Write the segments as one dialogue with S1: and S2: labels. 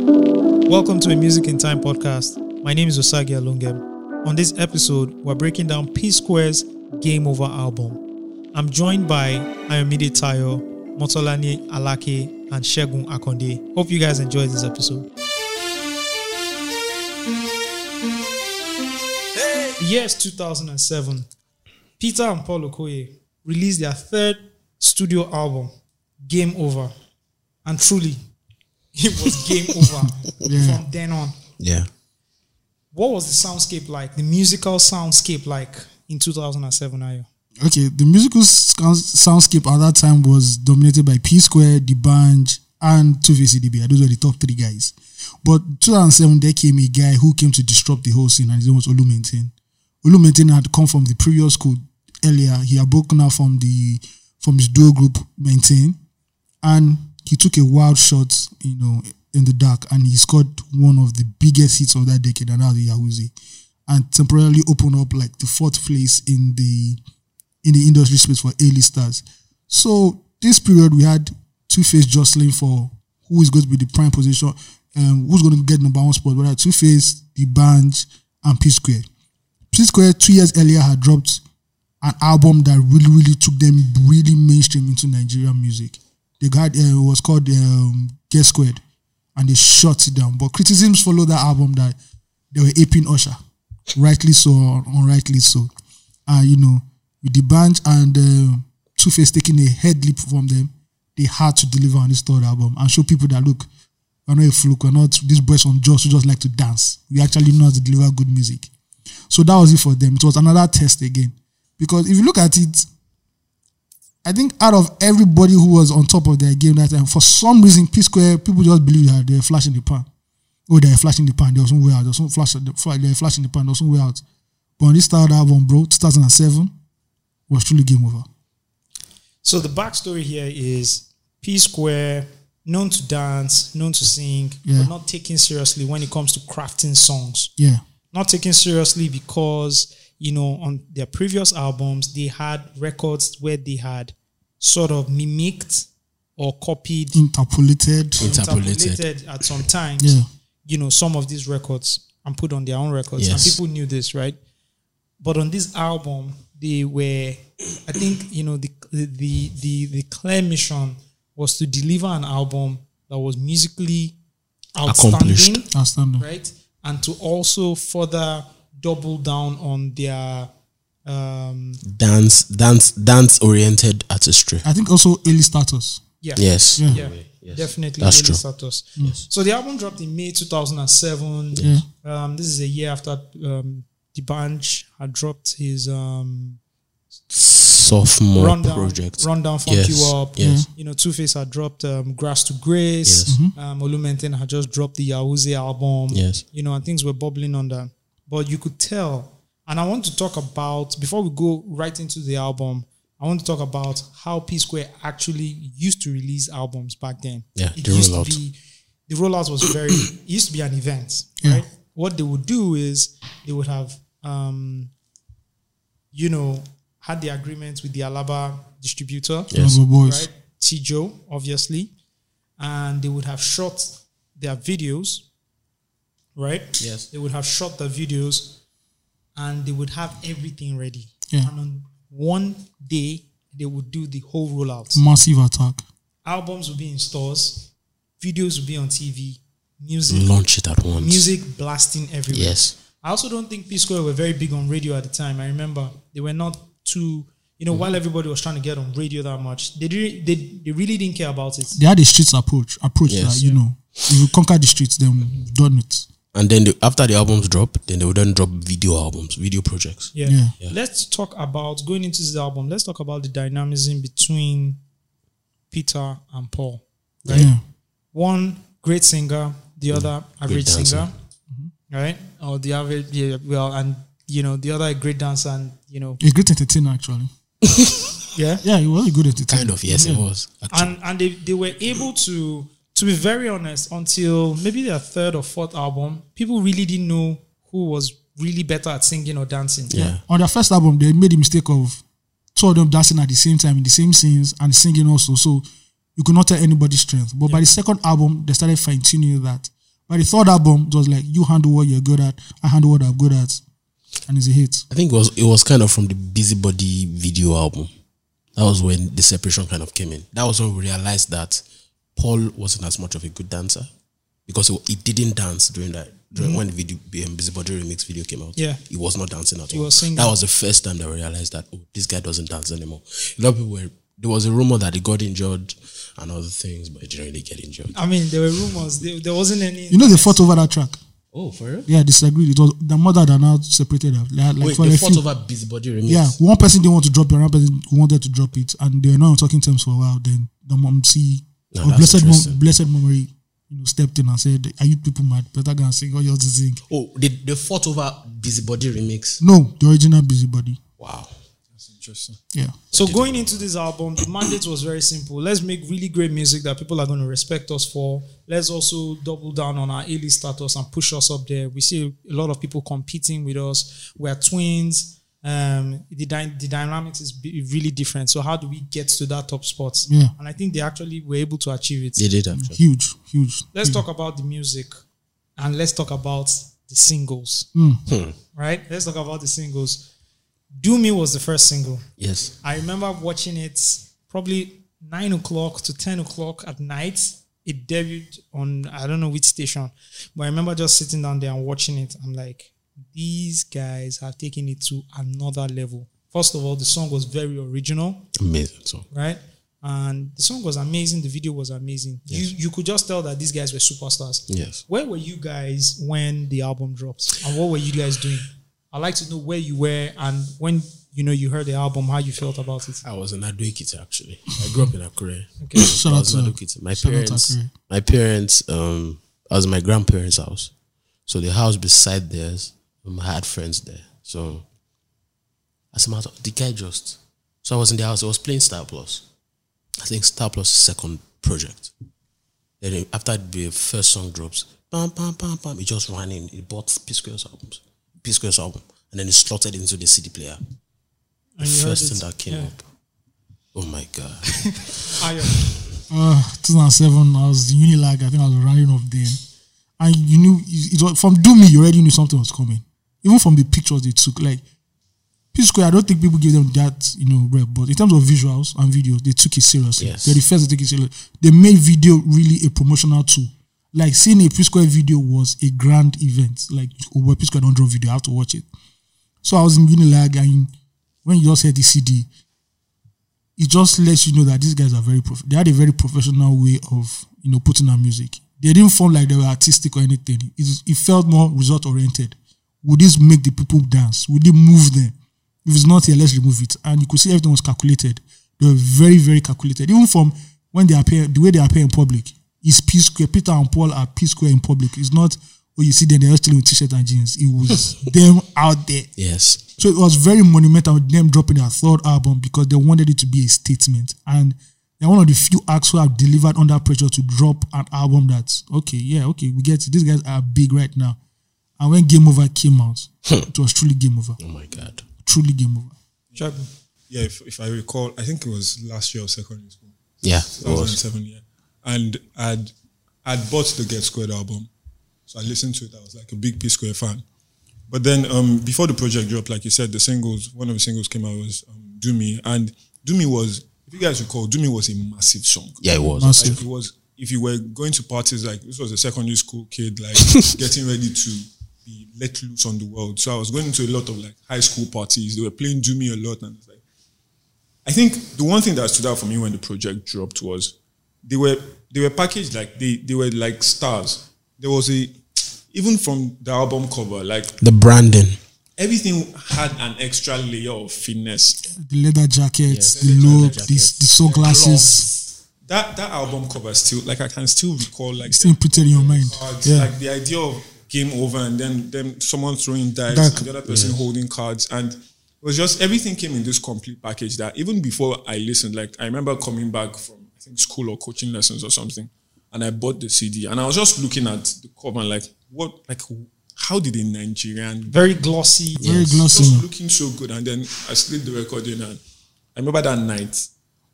S1: Welcome to a Music in Time podcast. My name is Osagi Alungem. On this episode, we're breaking down P Square's Game Over album. I'm joined by Ayomide Tayo, Motolani Alake, and Shegun Akonde. Hope you guys enjoyed this episode. Yes, 2007. Peter and Paul Okoye released their third studio album, Game Over. And truly, it was game over from then on.
S2: Yeah.
S1: What was the soundscape like, the musical soundscape like in 2007, Ayo?
S3: Okay, the musical sound- soundscape at that time was dominated by P Square, The Banj, and Two Face DBI. Those were the top three guys. But 2007, there came a guy who came to disrupt the whole scene, and his name was Olu Maintain. Olu Maintain had come from the previous school earlier. He had broken out from the from his duo group Maintain, and he took a wild shot, you know, in the dark, and he scored one of the biggest hits of that decade, and that was the Yahoozy, and temporarily opened up like the fourth place in the in the industry space for A-listers. So this period we had Two Face jostling for who is going to be the prime position, um, who's going to get number one spot, whether Two Face, The Band, and P Square. P Square two years earlier had dropped an album that really, really took them really mainstream into Nigerian music. They had uh, it was called um, Get Squared, and they shut it down. But criticisms followed that album that they were aping Usher, rightly so or unrightly so. Uh, you know, with the band and uh, Two Face taking a head leap from them, they had to deliver on this third album and show people that look, we're not a fluke, we're not these boys from Joss who just like to dance. We actually know how to deliver good music. So that was it for them. It was another test again. Because if you look at it, I think out of everybody who was on top of their game that time, for some reason, P Square, people just believe that they're flashing the pan. Oh, they're flashing the pan. There was no way out. There was no flash. They're flashing the pan. There was no way out. But on this third album, bro, 2007, was truly game over.
S1: So the backstory here is P Square, known to dance, known to sing,
S3: Yeah.
S1: but not taken seriously when it comes to crafting songs.
S3: Yeah.
S1: Not taken seriously because, you know, on their previous albums, they had records where they had sort of mimicked or copied
S3: Interpolated.
S2: Interpolated.
S1: interpolated at some times,
S3: Mm. Yeah.
S1: you know, some of these records and put on their own records.
S2: Yes.
S1: And people knew this, right? But on this album, they were, I think, you know, the the the the clear mission was to deliver an album that was musically
S2: Accomplished.
S1: outstanding,
S3: Outstanding.
S1: right? And to also further double down on their um
S2: Dance, dance, dance oriented artistry.
S3: I think also early status.
S1: yeah.
S2: Yes.
S3: Yeah.
S1: Yeah, definitely.
S2: That's
S1: That's
S2: true.
S1: Status. So the album dropped in May 2007.
S3: Yeah.
S1: Um, this is a year after um, the bunch had dropped his um,
S2: Sophomore
S1: rundown
S2: project.
S1: rundown from
S2: Yes,
S1: you up. Mm-hmm.
S2: yes.
S1: You know, Two Face had dropped um, Grass to Grace.
S2: Yes.
S1: Um, Olumenten had just dropped the Yahooze album.
S2: Yes.
S1: You know, and things were bubbling under. But you could tell. And I want to talk about before we go right into the album. I want to talk about how P Square actually used to release albums back then.
S2: Yeah,
S1: it
S2: the
S1: used
S2: rollout.
S1: to be the rollout was very it used to be an event, right? What they would do is they would have um, you know, had the agreement with the Alaba distributor,
S2: Yes.
S3: Lover boys.
S1: right? Tijo, obviously, and they would have shot their videos, right?
S2: Yes.
S1: They would have shot their videos and they would have everything ready.
S3: Yeah.
S1: And on one day, they would do the whole rollout.
S3: Massive attack.
S1: Albums would be in stores, videos would be on TV, music,
S2: Launch it at once.
S1: music blasting everywhere.
S2: Yes.
S1: I also don't think P Square were very big on radio at the time. I remember they were not too, you know, while everybody was trying to get on radio that much, they didn't, they, they really didn't care about it.
S3: They had a streets approach. Approach
S2: Yes.
S3: that you know, if you conquer the streets, then you've done it.
S2: And then the, after the albums drop, then they would then drop video albums, video projects.
S1: Yeah.
S3: Yeah.
S1: Let's talk about going into this album. Let's talk about the dynamism between Peter and Paul. Right.
S3: Yeah.
S1: One great singer, the other average
S2: dancer.
S1: singer, right? Or the average, yeah, well, and you know, the other a great dancer, and you know,
S3: A great entertainer actually.
S1: yeah. Mm.
S3: Yeah, he was a good entertainer.
S2: Kind of, yes, it was. Actually.
S1: and and they, they were able to to be very honest until maybe their third or fourth album people really didn't know who was really better at singing or dancing
S2: yeah.
S3: On their first album, they made the mistake of two of them dancing at the same time in the same scenes and singing also. So you could not tell anybody's strength. But by the second album, they started fine tuning that. By the third album, it was like you handle what you're good at, I handle what I'm good at, and it's a hit.
S2: I think it was it was kind of from the Busybody video album. That was when the separation kind of came in. That was when we realized that Paul wasn't as much of a good dancer because he, he didn't dance during that during when the video um, Busybody remix video came out.
S1: Mm-hmm. Yeah.
S2: he was not dancing at all.
S1: was singing.
S2: That was the first time that we realized that oh, this guy doesn't dance anymore. A lot of people were. There was a rumor that he got injured and other things, but he didn't really get injured.
S1: I mean, there were rumors. There, there wasn't any.
S3: You know they fought over that track.
S2: Oh, for real?
S3: Yeah, disagreed. It was the mother that now separated. her. Like, like
S2: Wait,
S3: for
S2: they
S3: a
S2: fought
S3: few,
S2: over Busybody remix.
S3: yeah, one person didn't want to drop it, another person wanted to drop it, and they were not on talking terms for a while. Then the mom see
S2: No,
S3: or
S2: that's
S3: blessed mom,
S2: interesting.
S3: blessed memory, you know, stepped in and said, "Are you people mad? Better go and sing or yours to sing."
S2: Oh, they, they fought over Busybody remix.
S3: No, the original busybody.
S2: Wow.
S4: That's interesting.
S3: Yeah,
S1: So going into this album, the mandate was very simple. Let's make really great music that people are going to respect us for. Let's also double down on our A-list status and push us up there. We see a lot of people competing with us. We're twins. Um, the, dy- the dynamics is b- really different. So how do we get to that top spot?
S3: Yeah.
S1: And I think they actually were able to achieve it.
S2: They did actually.
S3: huge, huge.
S1: Let's talk about the music and let's talk about the singles. Right? Let's talk about the singles. Do Me was the first single.
S2: Mm. Yes.
S1: I remember watching it probably nine o'clock to ten o'clock at night. It debuted on I don't know which station, but I remember just sitting down there and watching it. I'm like, these guys have taken it to another level. First of all, the song was very original,
S2: Amazing song.
S1: right? And the song was amazing. The video was amazing. You you could just tell that these guys were superstars.
S2: Yes.
S1: Where were you guys when the album dropped, and what were you guys doing? I'd like to know where you were and when you know you heard the album, how you felt about it.
S2: I was an Aduikita actually. I grew up in Akure.
S1: Okay.
S3: Shout
S2: I
S3: out
S2: was
S3: to
S2: an
S3: her.
S2: Aduikita. My
S3: Shout out to
S2: parents
S3: Akure.
S2: my parents um I was in my grandparents' house. So the house beside theirs, um, I had friends there. So as a matter the guy just so I was in the house, I was playing Star Plus. I think Star Plus is second project. Then it- after the first song drops, pam pam pam pam, it just ran in. It bought P Square's albums, P Square's album, and then it slotted into the CD player. The
S1: you heard
S2: first
S1: it,
S2: thing that came
S1: yeah.
S2: up. Oh my god!
S1: Iron.
S3: Uh, 2007, I was in Unilag. I think I was running off then, and you knew it was from Do Me. You already knew something was coming, even from the pictures they took. Like P Square, I don't think people give them that, you know, rep. But in terms of visuals and videos, they took it seriously.
S2: Yes.
S3: They're the first to take it seriously. They made video really a promotional tool. Like seeing a P Square video was a grand event. Like oh, boy, P Square don't draw video. I have to watch it. So I was in Unilag, and when you just heard the CD, it just lets you know that these guys are very prof- they had a very professional way of you know putting out music. They didn't feel like they were artistic or anything. It, it felt more result oriented. Would this make the people dance? Would it move them? If it's not here, let's remove it. And you could see everything was calculated. They were very very calculated. Even from when they appear, the way they appear in public is P square. Peter and Paul are P square in public. It's not oh you see them they're still in t-shirt and jeans. It was them out there.
S2: Yes,
S3: So it was very monumental with them dropping their third album because they wanted it to be a statement. And they're one of the few acts who have delivered under pressure to drop an album that's okay, yeah, okay, we get it. These guys are big right now. And when Game Over came out,
S2: Hmm.
S3: it was truly game over.
S2: Oh my god.
S3: Truly game over.
S1: Shagun.
S4: Yeah, if, if I recall, I think it was last year of secondary school,
S2: Yeah, it was.
S4: 2007 year, and I'd I'd bought the Get Squared album, so I listened to it. I was like a big P Square fan, but then um, before the project dropped, like you said, the singles, one of the singles came out was um, "Do Me," and "Do Me" was, if you guys recall, "Do Me" was a massive song.
S2: Yeah, it was.
S3: Massive.
S4: Like, it was if you were going to parties like this was a secondary school kid like getting ready to be let loose on the world. So I was going to a lot of like high school parties. They were playing Do Me a lot, and it's like I think the one thing that stood out for me when the project dropped was they were they were packaged like they they were like stars. There was a even from the album cover like
S2: The branding.
S4: everything had an extra layer of finesse.
S3: The leather jackets,
S2: Yeah,
S3: the
S2: leather
S3: look, the,
S2: jackets.
S3: the sunglasses,
S4: That that album cover still like I can still recall like
S3: still put it in your mind.
S4: cards.
S3: Yeah.
S4: Like the idea of game over and then them someone throwing dice
S3: That-
S4: and the other person holding cards and it was just everything came in this complete package that even before I listened, like I remember coming back from I think school or coaching lessons or something, and I bought the CD and I was just looking at the cover and like what like how did a Nigerian
S1: Very glossy.
S3: Very glossy.
S4: just looking so good and then I slid the recording and I remember that night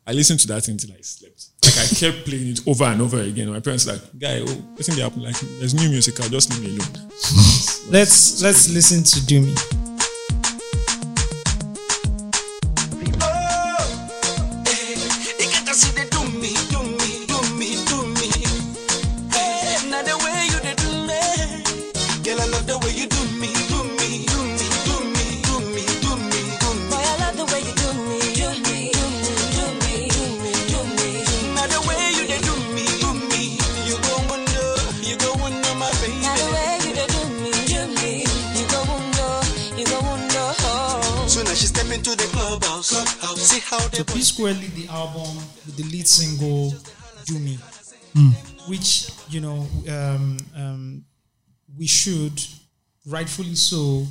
S4: I listened to that thing until I slept. Like I kept playing it over and over again. My parents were like, guy, oh, what's in the happen? Like, there's new music. I'll just leave me alone.
S1: Let's let's listen to Doomy.
S5: You get to see they do me, do me, do me, do me. Hey, now the way you they do me, girl, I love the way you do me, do me, do me, do me, do me, do me, do me. Boy, I love the way you do me, do me, do me, do me, do me, do me. Now the way you they do me, do me, you go wonder, you go wonder, my baby.
S6: Now the way you dey do me, do me, you go wundo, you go wundo.
S5: Soon as she step into the clubhouse, clubhouse, see how they
S1: So P Square lead the album with the lead single "Do Me,"
S3: Hmm.
S1: which you know um, um, we should rightfully so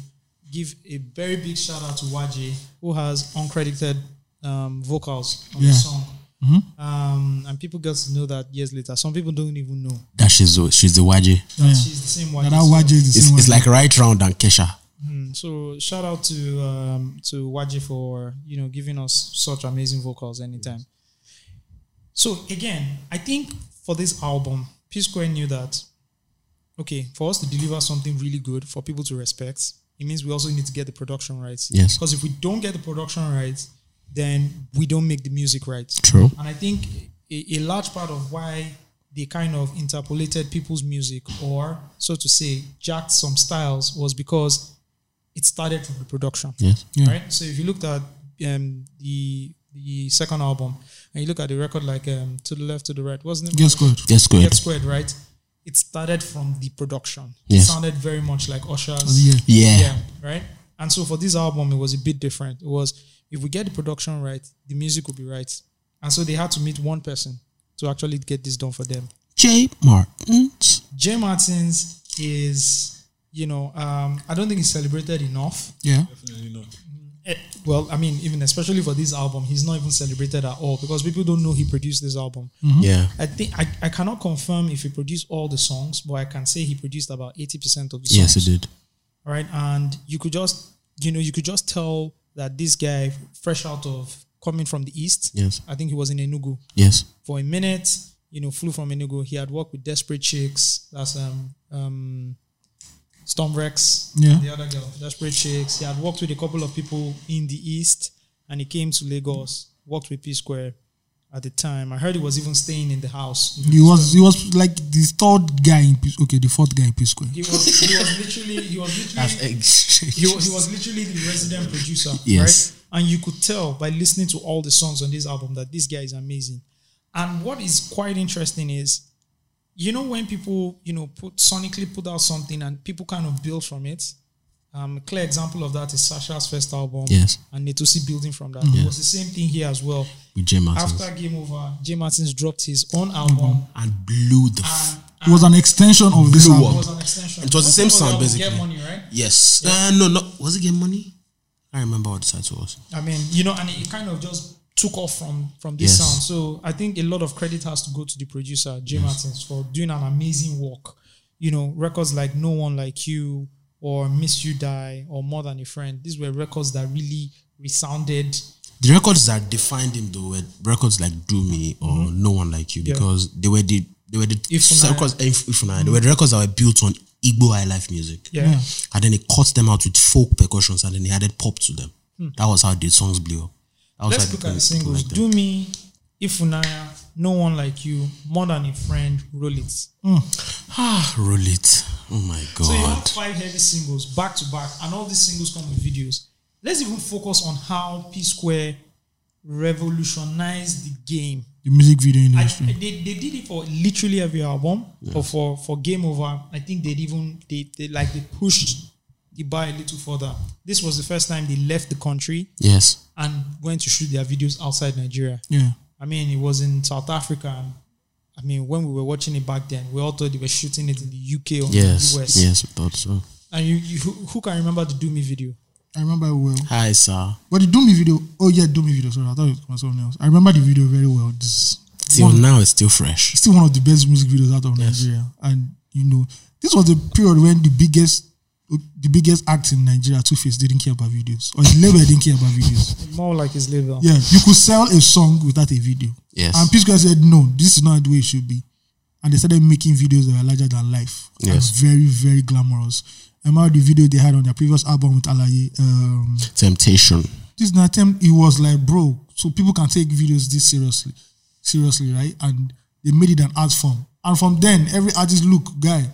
S1: give a very big shout out to Waje, who has uncredited um, vocals on
S3: Yeah. Mm-hmm.
S1: the song. Um, and people got to know that years later. Some people don't even know
S2: That she's the, she's the Waji.
S1: that
S3: Yeah.
S1: she's the same Waje.
S3: that Waje is the
S2: It's,
S3: same
S2: it's
S3: Waje.
S2: like right round and Kesha.
S1: So shout out to um, to Waji for you know giving us such amazing vocals anytime. So again, I think for this album, P Square knew that okay for us to deliver something really good for people to respect, it means we also need to get the production right.
S2: Yes.
S1: because if we don't get the production right, then we don't make the music right.
S2: True.
S1: And I think a, a large part of why they kind of interpolated people's music or, so to say, jacked some styles was because it started from the production.
S2: Yes.
S1: Right? So if you looked at um, the the second album and you look at the record like um, To the Left, To the Right, wasn't it?
S3: Guess good.
S2: Yes, go ahead.
S1: Get Squared, right? It started from the production.
S2: Yes.
S1: It sounded very much like Usher's
S3: Yeah.
S2: Yeah.
S1: yeah right and so for this album it was a bit different it was if we get the production right the music will be right and so they had to meet one person to actually get this done for them
S2: J. Martins.
S1: jay martins is you know um, i don't think he's celebrated enough
S3: Yeah.
S4: Definitely not.
S1: Eh, well i mean even especially for this album he's not even celebrated at all because people don't know he produced this album
S3: Mm-hmm.
S2: Yeah.
S1: i think I, I cannot confirm if he produced all the songs but i can say he produced about 80% of the songs
S2: Yes, it did.
S1: right? And you could just, you know, you could just tell that this guy, fresh out of coming from the east,
S2: Yes.
S1: I think he was in Enugu
S2: Yes.
S1: for a minute. You know, flew from Enugu. He had worked with Desperate Chicks. That's um, um, Storm Rex.
S3: Yeah.
S1: the other girl, Desperate Chicks. He had worked with a couple of people in the east, and he came to Lagos. Worked with P Square at the time. I heard he was even staying in the house.
S3: He was he was like the third guy in P- okay the fourth guy in P Square.
S1: He was, he was literally he was literally he, wa- he was literally the resident producer,
S2: Yes.
S1: right? And you could tell by listening to all the songs on this album that this guy is amazing. And what is quite interesting is, you know, when people you know put sonically put out something and people kind of build from it. Um, a clear example of that is Sasha's first album,
S2: Yes.
S1: and Netosi building from that. It was the same thing here as well.
S2: With J. Martins.
S1: After Game Over, Jay Martins dropped his own album.
S2: and blew the. F-
S3: Mm-hmm. It was an extension of this
S2: Blew
S1: It
S2: up.
S3: album.
S1: was an extension.
S2: It was the
S1: What
S2: same
S1: was
S2: sound,
S1: that album? Get
S2: basically.
S1: money, right?
S2: yes. Uh, no, no. Was it Get Money? I can't remember what the title was.
S1: I mean, you know, and it kind of just took off from from this
S2: Yes.
S1: sound. So I think a lot of credit has to go to the producer Jay Martins for doing an amazing work. You know, records like No One Like You or Miss You Die or More Than a Friend. These were records that really resounded.
S2: The records that defined him though were records like Do Me or
S1: Mm-hmm.
S2: No One Like You because they were the they were the
S1: Ifunaya.
S2: records eh, If- Ifunaya. they were the records that were built on Igbo high life music.
S1: Mm-hmm. Yeah. Yeah.
S2: And then he cut them out with folk percussions and then he added pop to them. That was how the songs blew up. That
S1: Hmm.
S2: was
S1: Let's
S2: how
S1: look
S2: people-
S1: at the
S2: people
S1: singles.
S2: liked them.
S1: Do Me, Ifunaya, No One Like You, More Than a Friend, Roll It.
S2: Ah, roll it. Oh my
S1: So you have
S2: god.
S1: five heavy singles back to back, and all these singles come with videos. Let's even focus on how P Square revolutionized the game.
S3: The music video
S1: I,
S3: industry.
S2: Mm-hmm.
S1: they, they did it for literally every album, or for for Game Over. I think they'd even they, they like they pushed the bar a little further. This was the first time they left the country
S2: yes.
S1: and went to shoot their videos outside Nigeria.
S3: yeah.
S1: I mean, it was in South Africa. and, I mean, when we were watching it back then, we all thought they were shooting it in the UK or
S2: Yes.
S1: the US.
S2: Yes, we thought so.
S1: And you, you who, who can remember the Do Me video?
S3: I remember it well.
S2: Hi, sir.
S3: But the Doomy video, oh yeah, Doomy video. Sorry, I thought it was something else. I remember the video very well. This
S2: Till
S3: one,
S2: now it's still fresh.
S3: still one of the best music videos out of Nigeria, and you know, this was the period when the biggest the biggest act in Nigeria, Two Face, didn't care about videos, or his label didn't care about videos.
S1: More like his label.
S3: Yeah, you could sell a song without a video.
S2: Yes.
S3: And Peace Square said, no, this is not the way it should be. And they started making videos that were larger than life. And
S2: Yes.
S3: very, very glamorous. Remember the video they had on their previous album with Alaye? Um,
S2: Temptation.
S3: this na time it was like bro so people can take videos this seriously seriously right and they made it an art form and from then every artist look guy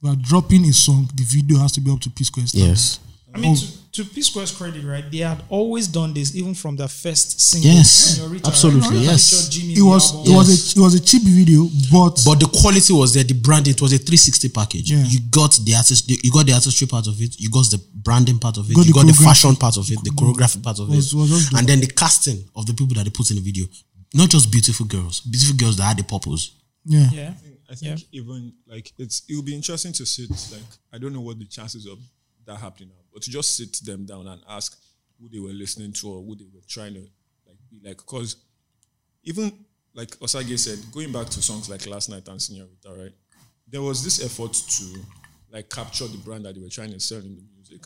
S3: we are dropping a song the video has to be up to peace quest
S2: Yes.
S1: I mean,
S2: Oh.
S1: to, to P Square's credit, right? They had always done this, even from their first single.
S2: Yes,
S1: Señorita,
S2: absolutely,
S1: right?
S2: yes.
S1: Featured Jimmy
S3: it
S1: in the
S3: was
S1: album.
S3: it was a it was a cheap video but,
S2: But the quality was there, the brand, it was a 360 package.
S3: Yeah.
S2: You got the artist, you got the artistry part of it, you got the branding part of it,
S3: Got
S2: you
S3: the
S2: got the
S3: choreography.
S2: fashion part of it, the choreography part of
S3: Was-
S2: it,
S3: was also-
S2: and then the casting of the people that they put in the video. Not just beautiful girls, beautiful girls that had a purpose.
S3: yeah,
S1: Yeah.
S4: I think even like it's it'll be interesting to sit like I don't know what the chances of that happening are, but to just sit them down and ask who they were listening to or who they were trying to like be like because even like Osage said, going back to songs like Last Night and Senorita, right? There was this effort to like capture the brand that they were trying to sell in the music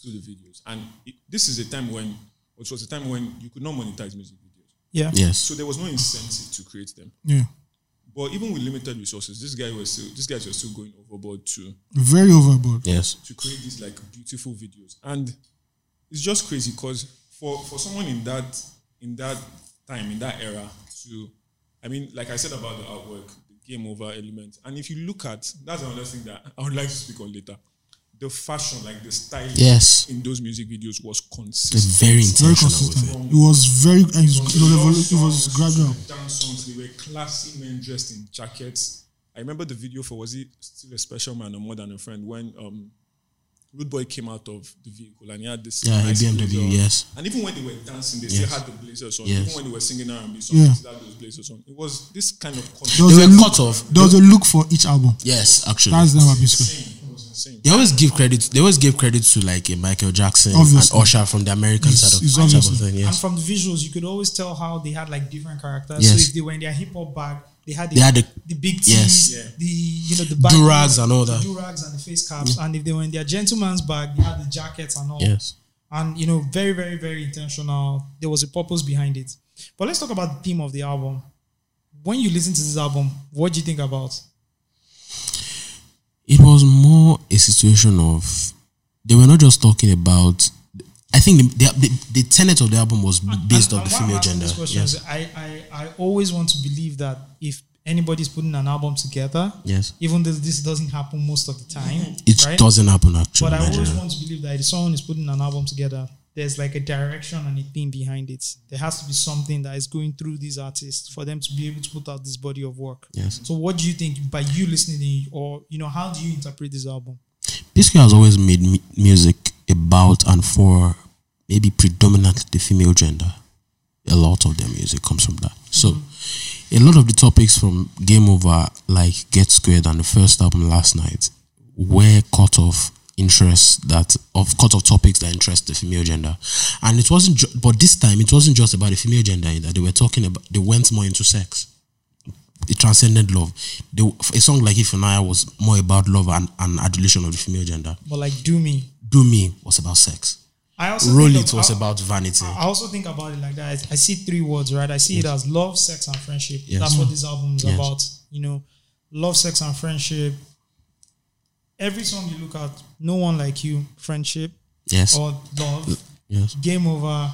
S4: through the videos. And it, this is a time when which was a time when you could not monetize music videos.
S1: Yeah.
S2: Yes.
S4: So there was no incentive to create them.
S3: yeah.
S4: But even with limited resources, this guy was still these guys were still going overboard to
S3: very overboard
S2: Yes.
S4: to create these like beautiful videos. And it's just crazy because for, for someone in that in that time, in that era, to I mean, like I said about the artwork, the game over element. And if you look at that's another thing that I would like to speak on later. The fashion, like the style
S2: Yes.
S4: in those music videos was consistent.
S2: It's very
S3: very
S2: intentional with it.
S3: consistent it was very it was, it was, evolu- it was gradual
S4: Dance songs. They were classy men dressed in jackets. I remember the video for was it still a special man or more than a friend when um, Rude Boy came out of the vehicle and he had this
S2: Yeah, a BMW,
S4: blazer on.
S2: yes.
S4: And even when they were dancing, they
S2: Yes.
S4: still had the blazers on.
S2: Yes.
S4: Even when they were singing R&B songs,
S3: Yeah.
S4: they still had those blazers on. It was this kind of
S3: there
S4: content.
S3: was
S2: They
S3: a
S2: were
S3: look
S2: cut off.
S3: there was a look for each album
S2: Yes, actually.
S3: that's them peace quest
S4: It was insane.
S2: They always give credit. They always give credit to like a Michael Jackson
S3: Obviously.
S2: and Usher from the American
S3: It's-
S2: side of,
S3: it's
S2: side
S3: obviously.
S2: of thing.
S1: And
S2: Yes.
S1: from the visuals, you could always tell how they had like different characters.
S2: Yes.
S1: So if they were in their hip hop bag, they had the,
S2: They had the-
S1: the big tees,
S2: yes.
S4: Yeah.
S1: the you know the
S2: Durags and all that.
S1: do rags and the face caps. And if they were in their gentleman's bag, they had the jackets and all.
S2: Yes.
S1: and you know very very very intentional there was a purpose behind it but let's talk about the theme of the album when you listen to this album what do you think about
S2: it was more a situation of they were not just talking about. I think the the, the, the tenet of the album was based
S1: And-
S2: on the
S1: and why I'm
S2: female
S1: asking
S2: gender.
S1: these questions,
S2: Yes.
S1: I, I, I always want to believe that if anybody's putting an album together
S2: Yes.
S1: even though this doesn't happen most of the time
S2: It
S1: right?
S2: doesn't happen actually.
S1: but i
S2: in
S1: always
S2: Nigeria.
S1: want to believe that if someone is putting an album together there's like a direction and a theme behind it there has to be something that is going through these artists for them to be able to put out this body of work
S2: Yes.
S1: so what do you think by you listening in, or you know how do you interpret this album
S2: Pisco has always made mu- music about and for maybe predominantly the female gender. A lot of their music comes from that. So, a lot of the topics from Game Over, like Get Squared and the first album last night, were cut off interests that of cut off topics that interest the female gender, and it wasn't. Ju- but this time, it wasn't just about the female gender either. They were talking about. They went more into sex it transcended love. The, a song like Ifunaya was more about love and, and adulation of the female gender.
S1: but like do me
S2: Do Me was about sex.
S1: i also
S2: Roll
S1: think
S2: It
S1: of-
S2: was
S1: I-
S2: about vanity.
S3: Uh,
S1: I also think about it like that. I, I see three words, right? I see it as love, sex, and friendship.
S2: Yes.
S1: That's what this album is
S2: Yes.
S1: about. You know, love, sex, and friendship. Every song you look at, no one like you, friendship
S2: Yes.
S3: uh,
S1: or love,
S2: Yes.
S1: game over.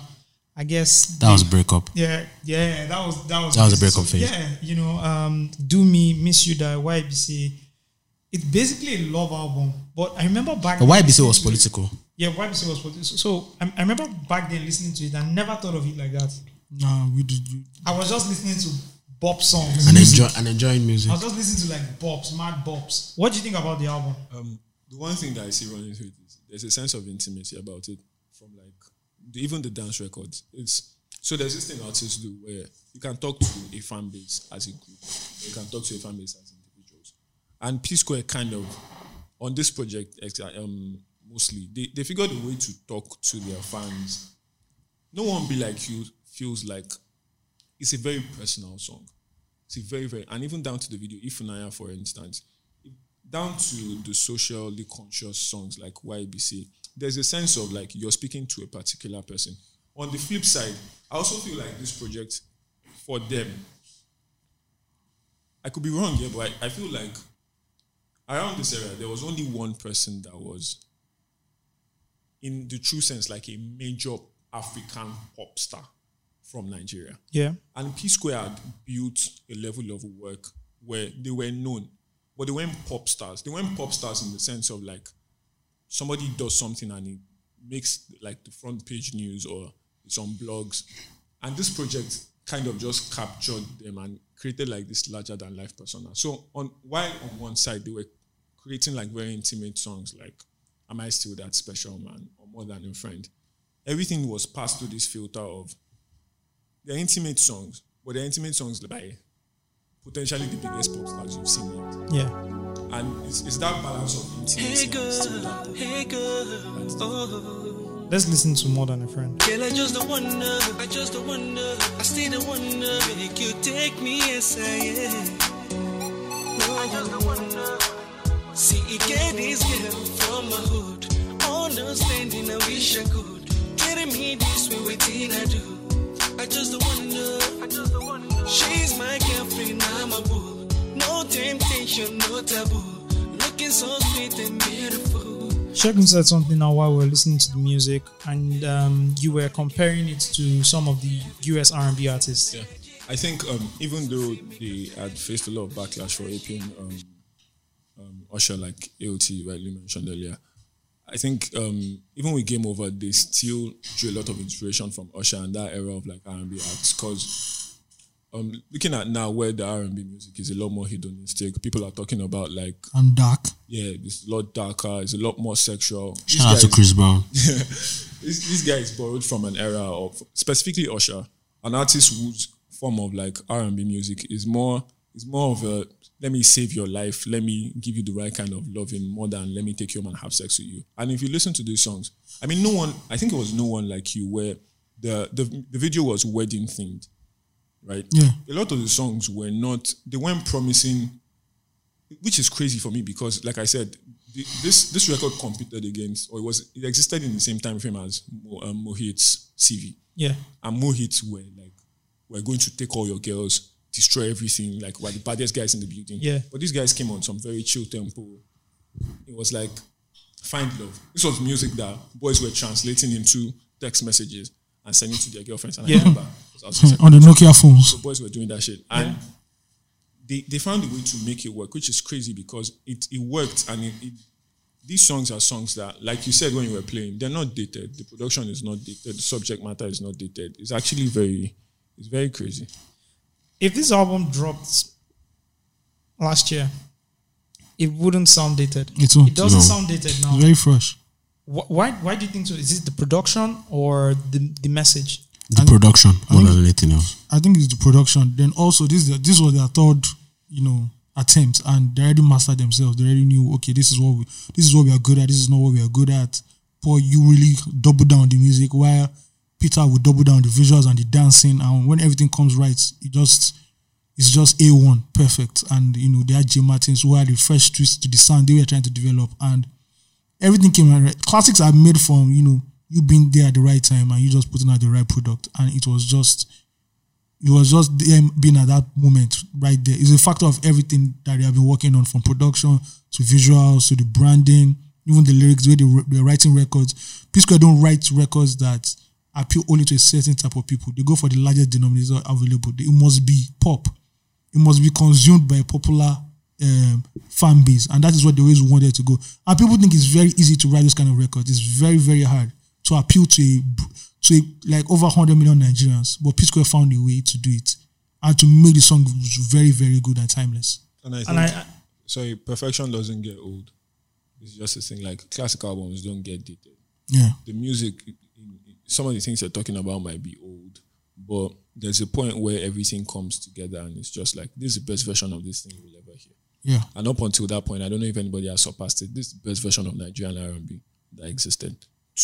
S1: I guess
S2: That
S1: the-
S2: was breakup.
S1: yeah, yeah. That was that was
S2: That was a breakup phase.
S1: Yeah, you know, um, do me, miss you, die, YBC. It's basically a love album, but I remember back.
S2: But
S1: then
S2: YBC was
S1: listening to it-
S2: political.
S1: yeah, YBC was political. So I, I remember back then listening to it. I never thought of it like that.
S3: nah we did you-
S1: I was just listening to bop songs.
S2: And, enjoy, and enjoying music.
S1: I was just listening to like bops, mad bops. What do you think about the album?
S4: Um, the one thing that I see running through it is there's a sense of intimacy about it from like the, even the dance records. It's so there's this thing artists do where you can talk to a fan base as a group, you can talk to a fan base as individuals, and P Square kind of on this project ex- um, mostly they they figured a way to talk to their fans. No one be like you feels like it's a very personal song. It's a very very and even down to the video. If Naya, for instance, down to the socially conscious songs like YBC, there's a sense of like you're speaking to a particular person. On the flip side, I also feel like this project for them, I could be wrong here, but I, I feel like around this area, there was only one person that was, in the true sense, like a major African pop star from Nigeria.
S1: Yeah.
S4: And P Square had built a level of work where they were known, but they weren't pop stars. They weren't pop stars in the sense of like somebody does something and it makes like the front page news or it's on blogs. And this project kind of just captured them and created like this larger than life persona. So on while on one side they were creating like very intimate songs like Am I Still That Special Man or More Than a Friend. Everything was passed through this filter of they're intimate songs, but they're intimate songs by potentially the biggest pop stars you've seen yet.
S1: Yeah.
S4: And it's, it's that balance of intimacy. and still that-
S5: Hey girl, oh,
S1: Let's listen to More Than a Friend.
S5: girl, I just don't wonder, I just don't wonder, I still don't wonder, make you take me as I am. No, I just don't wonder. See, it get this girl from my hood, understanding I wish I could. Getting me this way, waiting I do. I just don't wonder, I just don't wonder. She's my girlfriend, I'm a boo. No temptation, no taboo. Looking so sweet and beautiful.
S1: Shegun said something now while we were listening to the music, and um, you were comparing it to some of the US R&B artists.
S4: Yeah. I think um, even though they had faced a lot of backlash for aping um, um, Usher, like AOT rightly mentioned earlier, I think um, even with Game Over, they still drew a lot of inspiration from Usher and that era of like R&B acts. Because um, looking at now where the R&B music is a lot more hedonistic, people are talking about like,
S3: And dark.
S4: yeah, it's a lot darker, it's a lot more sexual. These
S2: Shout out to
S4: guys-
S2: Chris Brown.
S4: this, this guy is borrowed from an era of specifically Usher, an artist whose form of like R and B music is more is more of a let me save your life, let me give you the right kind of loving more than let me take you home and have sex with you. And if you listen to these songs, I mean, no one, I think it was no one like you where the the, the video was wedding themed, right?
S3: Yeah.
S4: A lot of the songs were not they weren't promising which is crazy for me because, like I said, the, this this record competed against, or it was it existed in the same time frame as Mo, um, Mohit's CV,
S1: Yeah.
S4: and Mohit were like, "We're going to take all your girls, destroy everything, like we're the baddest guys in the building."
S1: Yeah.
S4: But these guys came on some very chill tempo. It was like, "Find love." This was music that boys were translating into text messages and sending to their girlfriends. And
S1: Yeah.
S4: I remember, I was in
S3: On the Nokia phones.
S4: the boys were doing that shit. And they, they found a way to make it work, which is crazy because it, it worked. And it, it, these songs are songs that, like you said when you were playing, they're not dated. The production is not dated. The subject matter is not dated. It's actually very, it's very crazy.
S1: If this album dropped last year, it wouldn't sound dated.
S3: It won't.
S1: It doesn't
S2: No.
S1: sound dated now.
S3: Very fresh.
S1: Wh- Why, why do you think so? Is it the production or the, the message?
S2: The production more than anything else.
S3: I think it's the production. Then also this this was their third, you know, attempt, and they already mastered themselves. They already knew, okay, this is what we this is what we are good at. This is not what we are good at. Paul, you really double down the music, while Peter would double down the visuals and the dancing. And when everything comes right, it just it's just a one perfect. And you know, they had Jim Martins who had a fresh twist to the sound they were trying to develop, and everything came out right. Classics are made from you know you being there at the right time and you just putting out the right product, and it was just it was just them being at that moment right there. It's a factor of everything that they have been working on, from production to visuals to the branding, even the lyrics, the way they were- they're writing records. P Square don't write records that appeal only to a certain type of people. They go for the largest denominator available. It must be pop. It must be consumed by a popular um, fan base, and that is what they always wanted to go. And people think it's very easy to write those kind of records. It's very, very hard to appeal to a to a, like over 100 million Nigerians, but P Square found a way to do it and to make the song very, very good and timeless.
S4: And I think,
S1: And I, I
S4: sorry, perfection doesn't get old. It's just a thing like classic albums don't get dated.
S3: Yeah,
S4: the music, some of the things they're talking about might be old, but there's a point where everything comes together and it's just like, this is the best version of this thing you'll ever hear.
S3: yeah.
S4: And up until that point, I don't know if anybody has surpassed it. This is the best version of Nigerian R&B that existed.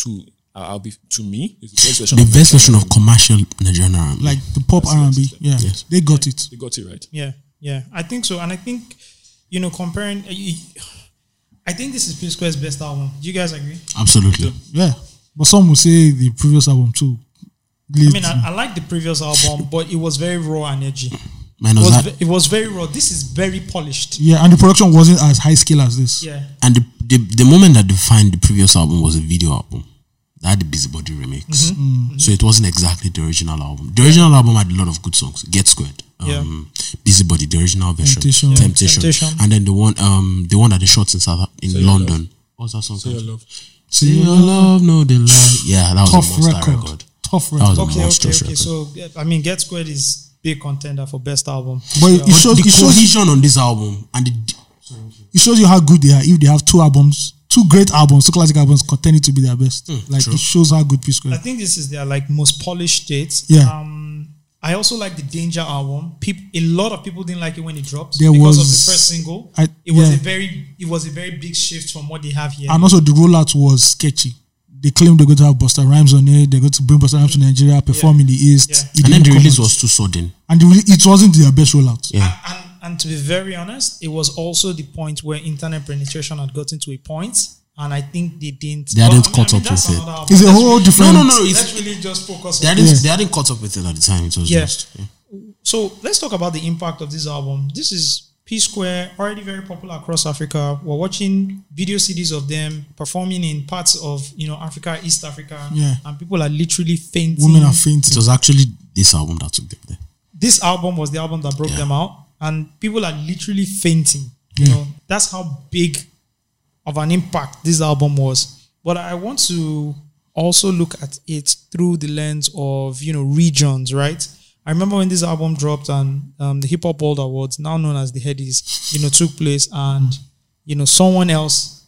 S4: To I- I'll be to me, it's the best version.
S2: The
S4: of
S2: best version
S4: Nigerian
S2: of commercial Nigerian R&B.
S3: Like the pop
S4: That's- that's
S3: R&B,
S4: it.
S3: yeah,
S2: Yes.
S3: they got it.
S4: R&B. They got it right.
S1: Yeah, yeah, I think so, and I think you know, comparing. you- I think this is P Square's best album. Do you guys agree?
S3: Absolutely. Yeah. But some will say the previous album too.
S1: I mean, I, I like the previous album, but it was very raw and edgy.
S2: Man,
S1: It
S2: was
S1: was,
S2: that,
S1: ve- it was very raw. This is very polished.
S3: yeah, and the production wasn't as high scale as this.
S1: Yeah.
S2: and the, the the moment that defined the previous album was a video album. That had the Busybody remix,
S3: Mm-hmm.
S2: so it wasn't exactly the original album. The original album had a lot of good songs. Get Squared, um, Busybody, the original version,
S3: Temptation. Yeah.
S2: Temptation.
S1: Temptation.
S2: and then the one um the one that they shot in South in
S4: Say Your
S2: London. What's that song?
S4: Say
S2: called?
S4: your love.
S3: So
S2: Say your love, no delay. Yeah, that was a
S3: tough
S2: monster
S3: record.
S2: record.
S3: Tough
S2: That was
S3: record.
S2: a
S1: Okay, okay,
S2: monster
S1: okay.
S2: record.
S1: So yeah, I mean, Get Squared is big contender for best album.
S3: But it, it
S2: But
S3: shows
S2: the
S3: it shows,
S2: cohesion on this album and the
S3: it shows you how good they are if they have two albums, two great albums, two classic albums contending to be their best.
S1: Hmm,
S3: like it shows how good P
S1: I
S3: Square.
S1: think this is their like most polished state.
S3: Yeah.
S1: Um, I also like the Danger album. People, a lot of people didn't like it when it dropped
S3: There
S1: because of
S3: was-
S1: the first single.
S3: I-
S1: it was
S3: yeah.
S1: a very, it was a very big shift from what they have here.
S3: And also the rollout was sketchy. They claimed they're going to have Buster Rhymes on it. They're going to bring Buster Rhymes to Nigeria, perform in the East.
S1: Yeah.
S3: It
S2: and then
S3: didn't
S2: the
S3: come
S2: release
S3: out.
S2: was too sudden.
S3: and the, re- it wasn't their best rollout.
S2: Yeah.
S1: and, and, and to be very honest, it was also the point where internet penetration had gotten to a point, and I think they didn't.
S2: They hadn't caught up
S1: that's
S2: with it.
S1: another-
S3: It's a
S1: that's
S3: whole
S1: really-
S3: different.
S2: No, no, no. It's,
S1: Let's really just focus.
S2: they
S1: on
S2: hadn't
S3: Yeah.
S2: they hadn't caught up with it at the time. It was
S1: Yeah.
S2: just yeah.
S1: So let's talk about the impact of this album. This is P Square, already very popular across Africa. We're watching video CDs of them performing in parts of you know Africa, East Africa,
S3: Yeah.
S1: and people are literally fainting.
S3: Women are
S2: it
S3: fainting.
S2: was actually this album that took them there.
S1: this album was the album that broke
S2: Yeah.
S1: them out, and people are literally fainting. You know, that's how big of an impact this album was. But I want to also look at it through the lens of you know regions, right? I remember when this album dropped and um, the Hip Hop World Awards, now known as the Headies, you know, took place, and you know someone else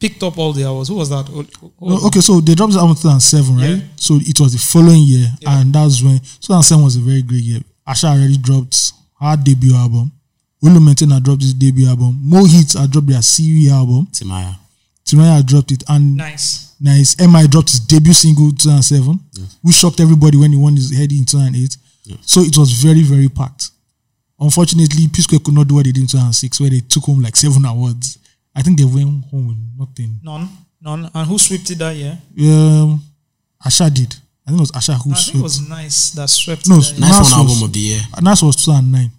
S1: picked up all the awards. Who was that? Oh, oh,
S3: No, okay, so they dropped this album in 2007, right?
S1: Yeah.
S3: So it was the following year, and that's when 2007 was a very great year. Asha already dropped her debut album. Ulu Maintain had dropped his debut album. Mo Hits had dropped their CE album.
S2: Timaya.
S3: Timaya had dropped it, and
S1: Nice.
S3: Nice. MI dropped his debut single 2007, which shocked everybody when he won his head in 2008. So it was very, very packed. Unfortunately, P Square could not do what they did in 2006, where they took home like seven awards. I think they went home with nothing.
S1: None, none. And who swept it that year?
S3: Um, Asha did. I think it was Asha who
S1: I think it
S3: swept.
S1: was nice that swept.
S3: No,
S1: it that year.
S2: Nice
S3: Nas
S2: one
S3: was-
S2: album of the year.
S3: And that was 2009,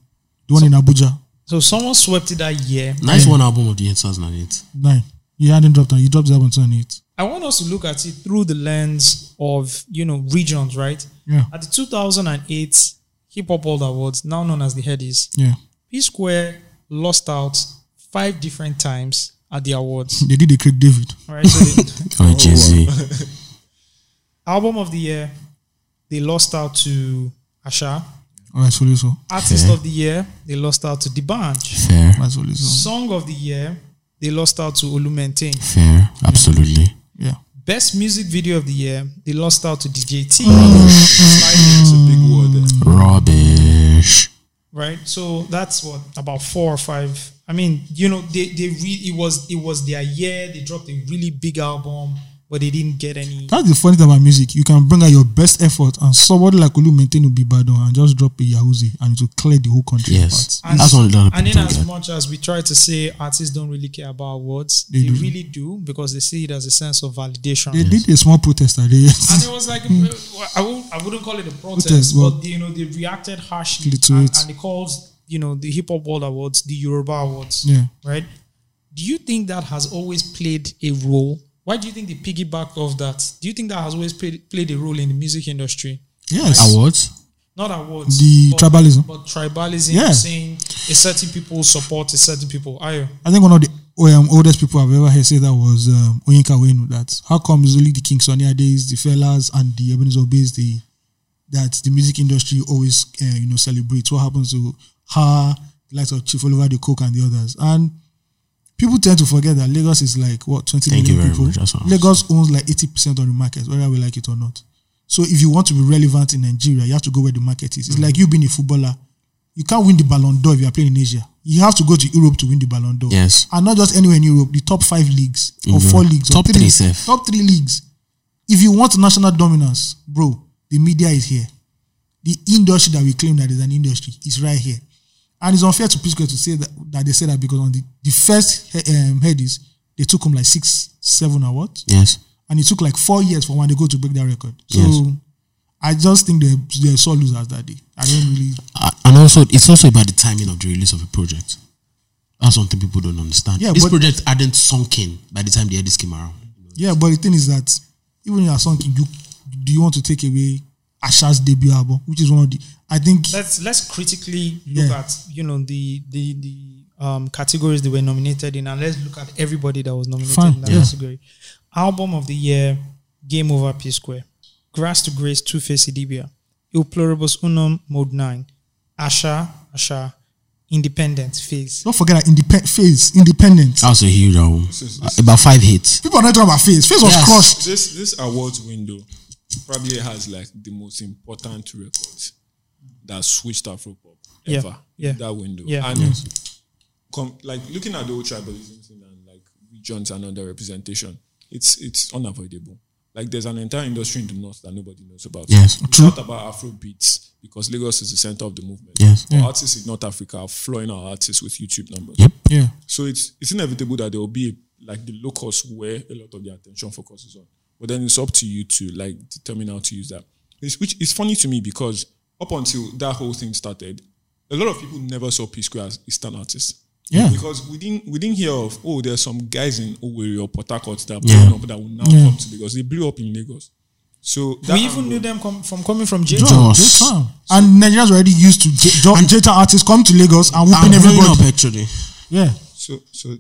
S3: the one in Abuja.
S1: So someone swept it that year.
S2: Nice one album of the year 2008.
S3: Nine. You hadn't dropped on. You dropped that one in 2008.
S1: I want us to look at it through the lens of you know regions, right?
S3: Yeah.
S1: At the 2008 Hip Hop World Awards, now known as the Headies,
S3: Yeah.
S1: P Square lost out five different times at the awards.
S3: They did the Craig David.
S1: Right? So the
S2: Oh, Jay Z.
S1: album of the year, they lost out to Asha.
S3: All right, follow so.
S1: Artist
S2: Okay.
S1: of the year, they lost out to Debanj.
S2: Fair.
S3: That's follow so.
S1: Song of the year, they lost out to Olumentain.
S2: Fair. Absolutely.
S3: Yeah.
S1: Best music video of the year, they lost out to DJT.
S4: It's a big word. there.
S2: Rubbish.
S1: right? So that's what about four or five. I mean, you know, they they really it was it was their year. They dropped a really big album, but they didn't get any.
S3: That's the funny thing about music. You can bring out your best effort, and somebody like Ulu maintain will be bad on and just drop a Yahoozy, and it will clear the whole country.
S2: Yes.
S1: And-
S2: That's one of the
S1: And in
S2: people
S1: as
S2: get.
S1: much as we try to say artists don't really care about awards,
S3: They
S1: they,
S3: do.
S1: really do because they see it as a sense of validation.
S3: They did a small protest at
S1: and
S3: the
S1: it was like I won't, I wouldn't call it a protest,
S3: Protest,
S1: but,
S3: but-
S1: you know they reacted harshly
S3: To
S1: and,
S3: it.
S1: and they called you know the Hip Hop World Awards the Yoruba Awards,
S3: Yeah.
S1: right? Do you think that has always played a role? Why do you think they piggybacked off that? Do you think that has always played, played a role in the music industry?
S3: Yes.
S2: Awards.
S1: Not awards,
S3: The
S1: but,
S3: tribalism.
S1: but tribalism,
S3: Yeah.
S1: saying a certain people support a certain people. Are you?
S3: I think one of the um, oldest people I've ever heard say that was um, Oyinka Wenu. That how come it's only the King Sonia days, the fellas, and the Ebenezer Obeys, the that the music industry always uh, you know celebrates what happens to her, the likes of Chief Oliver, the Coke, and the others. And people tend to forget that Lagos is like what twenty million
S2: Thank you very
S3: people.
S2: much. That's what I was
S3: Lagos owns like eighty percent of the market, whether we like it or not. So if you want to be relevant in Nigeria, you have to go where the market is. It's
S2: Mm.
S3: like you being a footballer. You can't win the Ballon d'Or if you are playing in Asia. You have to go to Europe to win the Ballon d'Or.
S2: Yes.
S3: And not just anywhere in Europe, the top five leagues or
S2: Mhm.
S3: four leagues.
S2: Top
S3: or
S2: three, sef.
S3: Top three leagues. If you want national dominance, bro, the media is here. The industry that we claim that is an industry is right here. And it's unfair to P Square to say that, that they said that because on the, the first he- um, head is they took him like six, seven or what?
S2: Yes.
S3: And it took like four years for one they go to break that record. So
S2: Yes.
S3: I just think they they saw losers that day. I don't really
S2: Uh, and also, it's also about the timing of the release of a project. That's something people don't understand.
S3: Yeah,
S2: this
S3: but-
S2: project hadn't sunk in by the time the edits came around.
S3: Yeah, but the thing is that even in song, you do you want to take away Asha's debut album, which is one of the I think
S1: let's let's critically look
S3: Yeah.
S1: at you know the the the um, categories they were nominated in, and let's look at everybody that was nominated
S3: Fine,
S1: in that
S3: yeah.
S1: category. Album of the year, Game Over P Square, Grass to Grace, Two Face Idibia, Il Pluribus Unum, Mode Nine, Asha, Asha, Independent, Face.
S3: don't forget that independent phase, independence.
S2: That was a huge album. Uh, About five hits.
S3: People are not talking about phase. Phase was
S2: Yes.
S3: crushed.
S4: This this awards window probably has like the most important records that switched Afro pop
S1: Yeah,
S4: ever.
S1: yeah,
S4: That window.
S1: yeah.
S4: And com- like looking at the old tribalism thing and like regions and underrepresentation, it's it's unavoidable. Like there's an entire industry in the north that nobody knows about.
S2: Yes,
S4: We
S2: true.
S4: shout about Afro beats because Lagos is the center of the movement.
S2: Yes.
S4: Our artists in North Africa are flowing our artists with YouTube numbers.
S2: Yep.
S3: Yeah.
S4: So it's it's inevitable that there will be like the locus where a lot of the attention focuses on. But then it's up to you to like determine how to use that. It's, which is funny to me because up until that whole thing started, a lot of people never saw P Square as Eastern artists.
S3: Yeah.
S4: Because we didn't we didn't hear of oh there's some guys in Owerri or Port Harcourt that are
S2: Yeah.
S4: blowing up that will now come to Lagos. They blew up in Lagos. So that
S1: We even knew them com- from coming from J.
S2: Jail.
S3: Great time. And Nigerians were already used to J- jo- Jeta artists come to Lagos and whooping
S2: I'm everybody.
S3: everybody.
S2: up actually.
S3: Yeah.
S4: So so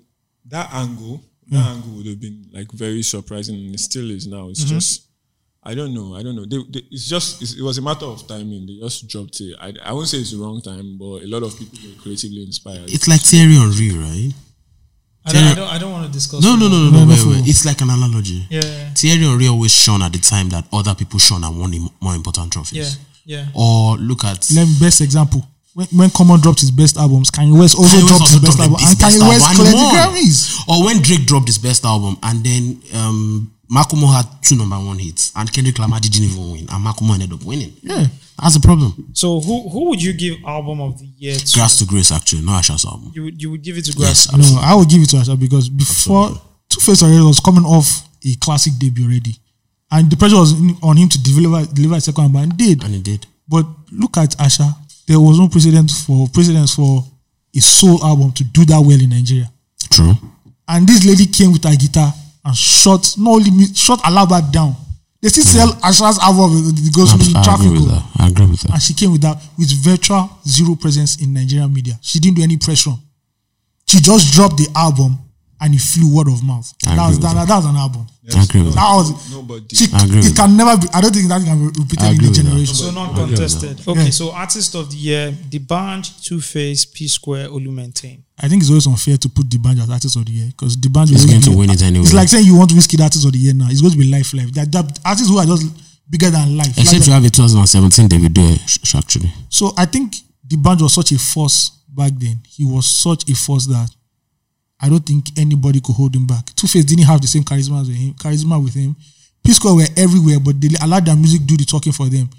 S4: that angle, that
S2: Hmm.
S4: angle would have been like very surprising, and it still is now.
S2: Mm-hmm.
S4: It's just I don't know, I don't know. They, they, it's just it's, it was a matter of timing. They just dropped it. I, I won't say it's the wrong time, but a lot of people were creatively inspired.
S2: It's like theory on real, right?
S1: I don't, I don't, I don't want to discuss.
S2: No, no,
S1: it.
S2: no, no, no.
S3: no,
S2: wait,
S3: no.
S2: wait. It's like an analogy.
S1: Yeah,
S2: Thierry Henry always shone at the time that other people shone and won im- more important
S1: yeah,
S2: trophies.
S1: yeah.
S2: Or look at
S3: Let me best example. When, when Common dropped his best albums, Kanye West also
S2: Kanye West
S3: dropped his
S2: also
S3: best
S2: dropped
S3: album.
S2: his
S3: And
S2: best
S3: Kanye West
S2: album
S3: cleared the
S2: and won.
S3: Grammys.
S2: Or when Drake dropped his best album and then um, Makumo had two number one hits and Kendrick Lamar didn't even win and Makumo ended up winning.
S3: Yeah.
S2: That's the problem.
S1: So who who would you give album of the year to?
S2: Grass to Grace, actually, not Asha's album.
S1: You would you would give it to Grass.
S2: Yes, absolutely.
S3: No, I would give it to Asha because before Two Face already was coming off a classic debut already, and the pressure was in- on him to deliver deliver a second album and did.
S2: And it did.
S3: But look at Asha. There was no precedent for precedence for a soul album to do that well in Nigeria.
S2: True.
S3: And this lady came with her guitar and shot not only mu- shot Alaba down. They still sell Asha's album that goes
S2: I'm-
S3: in traffic. oh.
S2: that. I agree Mm. with that.
S3: And she came with that with virtual zero presence in Nigerian media. She didn't do any press run. She just dropped the album and it flew word of mouth.
S2: I
S3: That was,
S2: agree with
S3: that, that was an album.
S2: I agree with
S3: That
S2: that.
S3: was
S4: Nobody.
S3: she,
S2: I agree
S3: it
S2: with
S3: can never be. I don't think that can be repeated
S2: I
S3: in
S2: agree
S3: the
S2: with that.
S3: generation.
S1: So not contested. Okay,
S3: Yeah.
S1: so artist of the year, the band Two Face, P Square, Olu Maintain.
S3: I think it's always unfair to put the band as artist of the year because the band
S2: He's
S3: will
S2: going
S3: always
S2: to
S3: be-
S2: win it anyway.
S3: It's like saying you want whiskey the artist of the year now. It's going to be life, life. That, that artists who are just bigger than life. Like
S2: Except
S3: that.
S2: you have a 2017 Davido, sh- sh- actually.
S3: So I think the band was such a force back then. He was such a force that I don't think anybody could hold him back. Two Face didn't have the same charisma as with him. Charisma with him. Peace Corps were everywhere, but they allowed their music do the talking for them.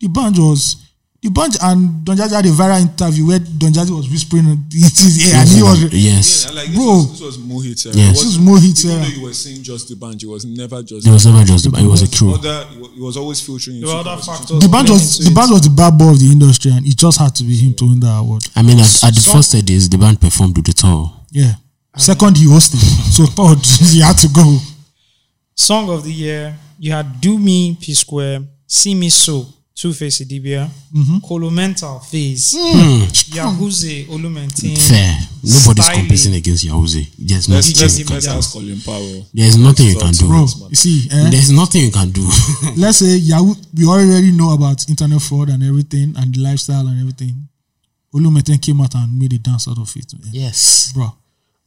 S3: The band was the band and Don Jazzy had a viral interview where Don Jazzy was whispering in his ear and he was
S2: Yes.
S4: Yeah, like this
S3: Bro.
S4: was, this was Mo Hits era.
S2: Yes.
S4: It
S2: This
S4: wasn't-
S3: is Mo Hits
S4: even though
S3: era.
S4: You were seeing just the band. It was never just.
S2: It was never just the band. It was a crew.
S4: Other, it was- it was always filtering.
S1: The
S4: into
S1: other
S4: conversation.
S1: factors.
S3: the band was the band was the bad boy of the industry and it just had to be him to win that award.
S2: I mean, at, at the first days, the band performed with it all.
S3: Yeah. Second he hosted. So third he had to go.
S1: Song of the year, you had Do Me, P Square, See Me So, Two Face Idibia, Colomental Phase, Yahuze, Olu Maintain.
S2: Fair. Nobody's
S1: Styling.
S2: competing against Yahoozy. There's no
S4: Let's, let's,
S2: team.
S1: Jimmy
S4: let's
S1: Jam.
S4: ask Colin Powell.
S2: There's nothing you can
S3: Bro,
S2: do.
S3: you see, eh?
S2: There's nothing you can do.
S3: let's say Yahoo, we already know about internet fraud and everything and the lifestyle and everything. Olumeten came out and made a dance out of it. man.
S2: yes.
S3: Bro,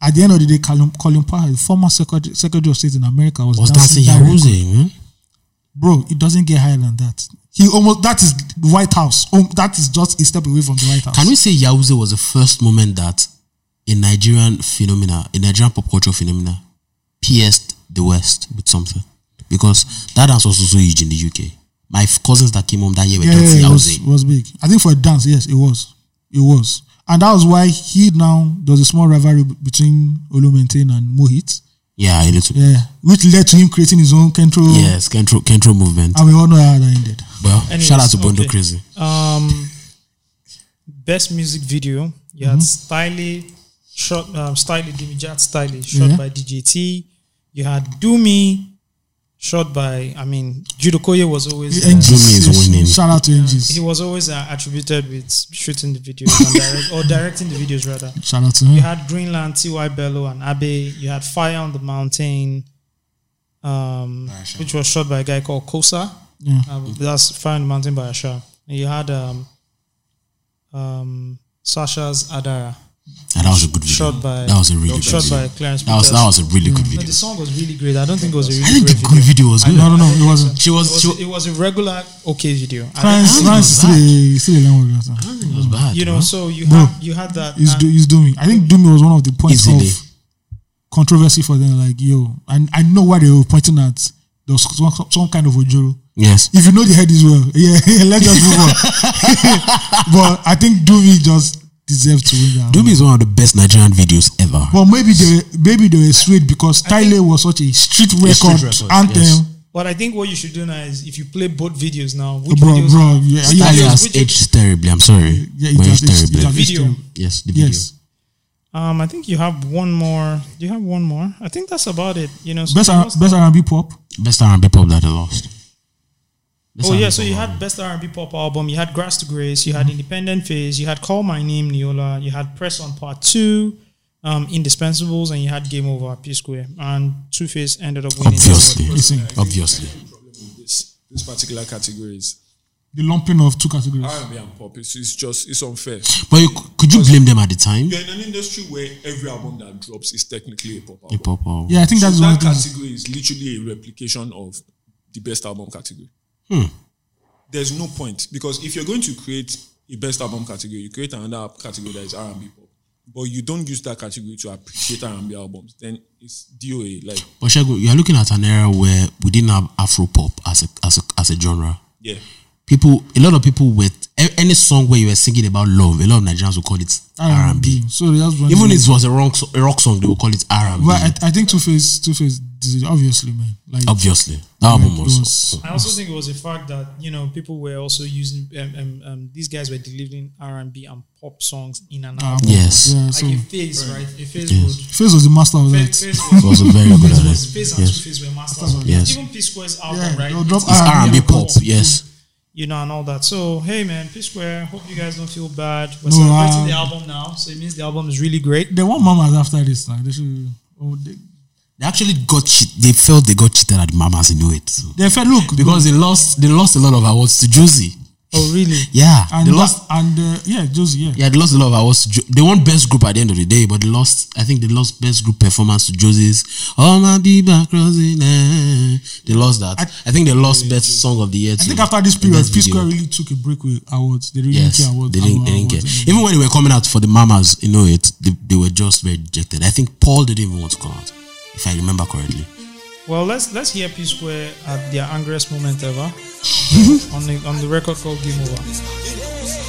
S3: at the end of the day, Colin, Colin Powell, the former secretary, secretary of state in America, was,
S2: Was
S3: dancing
S2: dancing
S3: direct.
S2: Yahoozy, man.
S3: Bro, it doesn't get higher than that. He almost, that is the White House. Um, that is just a step away from the White House.
S2: Can we say Yahoozy was the first moment that a Nigerian phenomena, a Nigerian pop culture phenomena, pierced the West with something? Because that dance was also huge in the UK. My f- cousins that came home that year were
S3: yeah,
S2: dancing
S3: yeah, it was,
S2: Yahoozy.
S3: was big. I think for a dance, yes, it was. It was. And that was why he now there was a small rivalry b- between Olumentain and Mohit.
S2: Yeah, a little.
S3: Yeah. Which led to him creating his own control.
S2: Yes, control control movement.
S3: And we all know how that ended.
S2: well,
S1: Anyways,
S2: shout out to Bondo
S1: okay.
S2: Crazy.
S1: Um, best music video. You had Styly, shot um, Styly Dimijat Styly, shot
S3: Yeah.
S1: by DJT. You had Doomy, shot by I mean Judokoye was always uh,
S3: NGs,
S2: is winning.
S3: Shout out to
S1: he
S3: NGs.
S1: was always uh, attributed with shooting the videos and direct, or directing the videos rather.
S3: Shout out to
S1: You
S3: him.
S1: had Greenland, T.Y. Bello, and Abe. You had Fire on the Mountain, um, which was shot by a guy called Kosa.
S3: Yeah.
S1: Um, that's Fire on the Mountain by Asha. And you had um, um, Sasha's Adara,
S2: And that was a good video.
S1: shot by
S2: that was a really good
S1: shot by
S2: video.
S1: Clarence
S2: That was
S1: Peters.
S2: that was a really good
S1: No,
S2: video.
S1: the song was really great. I don't think it was a
S2: I
S1: really
S2: think
S1: great
S2: the good
S1: video.
S2: video was good.
S3: No, no, no, it wasn't.
S2: She was
S1: It
S2: she
S1: was,
S2: was,
S1: it was a regular okay video. I
S3: Clarence,
S2: think it
S3: Clarence
S2: was
S3: is still a, still a language.
S2: it was bad.
S1: think, you know, so you
S3: Bro,
S1: had you had that.
S3: He's,
S1: and-
S3: do, he's Dumi. I think Dumi was one of the points
S2: Easily.
S3: of controversy for them. Like, yo, and I know why they were pointing at. There was some, some kind of Ojoro.
S2: Yes.
S3: If you know the head is well, yeah, let's just move on. but I think Dumi just deserved to win that. one.
S2: Doomy is one of the best Nigerian videos ever.
S3: But maybe they were, maybe they were swayed because Tyler was such a street record,
S2: record,
S3: anthem.
S2: yes.
S1: But I think what you should do now is if you play both videos now, which
S3: Bro,
S1: videos
S3: bro, yeah, yeah,
S2: Tyler
S1: videos,
S2: has
S1: which-
S2: aged terribly. I'm sorry.
S3: yeah,
S2: but
S3: it
S2: aged
S3: has, it's, it
S2: terribly.
S3: has
S1: Video.
S3: video.
S2: yes, the video.
S3: Yes.
S1: Um, I think you have one more. Do you have one more? I think that's about it. You know, so
S3: Best
S1: there
S3: R-
S1: was-
S3: best R&B pop.
S2: Best R&B pop that I lost. Best
S1: Oh yeah,
S2: R&B
S1: so you
S2: pop
S1: had best R and B pop album. You had Grass to Grace. You had Independent Phase. You had Call My Name Neola. You had Press on Part Two, um, Indispensables, and you had Game Over P Square. And Two Face ended up winning. this
S2: Obviously.
S1: award.
S3: Listen,
S2: Obviously.
S4: This, this particular category is
S3: the lumping of two categories.
S4: R&B and pop. It's, it's just, it's unfair.
S2: But you, could you blame them at the time?
S4: You're in an industry where every album that drops is technically a pop album.
S2: Hip hop or
S3: yeah, I think
S4: So
S3: that's one
S4: that
S3: thing.
S4: category is literally a replication of the best album category. Hmm. There's no point because if you're going to create a best album category, you create another category that is R&B pop, but you don't use that category to appreciate R&B albums, then it's DOA. Like,
S2: But Shago, you're looking at an era where we didn't have Afro pop as a, as a, as a genre.
S4: yeah,
S2: People, a lot of people with a- any song where you were singing about love, a lot of Nigerians will call it R and B.
S3: R&B. So that's one.
S2: Even
S3: thing.
S2: if it was a rock, so- a rock song, they will call it R and B.
S3: Well, I, I think Two Face, Two Face, obviously, man. Like
S2: Obviously, that album
S3: it
S2: was,
S3: was-
S1: I also think it was a fact that you know people were also using um, um, um, these guys were delivering R and B and pop songs in and out.
S3: album.
S2: Yes.
S3: Yeah.
S1: Like
S3: So
S1: a phase, right? A phase would
S3: Face was the master of that.
S1: Phase, phase was,
S2: was a very good
S1: Phase
S2: album.
S1: was- Phase and
S2: Yes.
S1: Two-Phase were masters of
S2: Yes.
S1: Even P Square's album,
S3: Yeah,
S1: right?
S3: they'll drop
S1: It's-
S2: it's R and
S3: R&B
S2: B pop.
S3: pop.
S2: Yes,
S1: You know, and all that. So, hey, man, P Square, hope you guys don't feel bad. We're
S3: No,
S1: celebrating
S3: um,
S1: the album now, so it means the album is really great.
S3: They want mamas after this. Like, they should. Oh, they,
S2: they actually got cheat. They felt they got cheated at Mamas in it so.
S3: they felt look
S2: because they lost. They lost a lot of awards to Josie.
S1: Oh, really?
S2: Yeah,
S3: and
S2: they
S3: that-
S2: lost.
S3: and uh, yeah, Josie. Yeah.
S2: Yeah, they lost a lot of awards. To jo- they won best group at the end of the day, but they lost. I think they lost best group performance to Josie's. All my people crossing. eh. They lost that. I, think they lost best song of the year.
S3: I think after this period, P Square
S2: Really
S3: really took a break with awards. They really
S2: yes,
S3: didn't care awards.
S2: they didn't,
S3: about
S2: they didn't care.
S3: awards anymore.
S2: Even when they were coming out for the Mamas, you know it. They, they were just very dejected. I think Paul didn't even want to come out, if I remember correctly.
S1: Well, let's let's hear P Square at their angriest moment ever on the on the record called Game Over.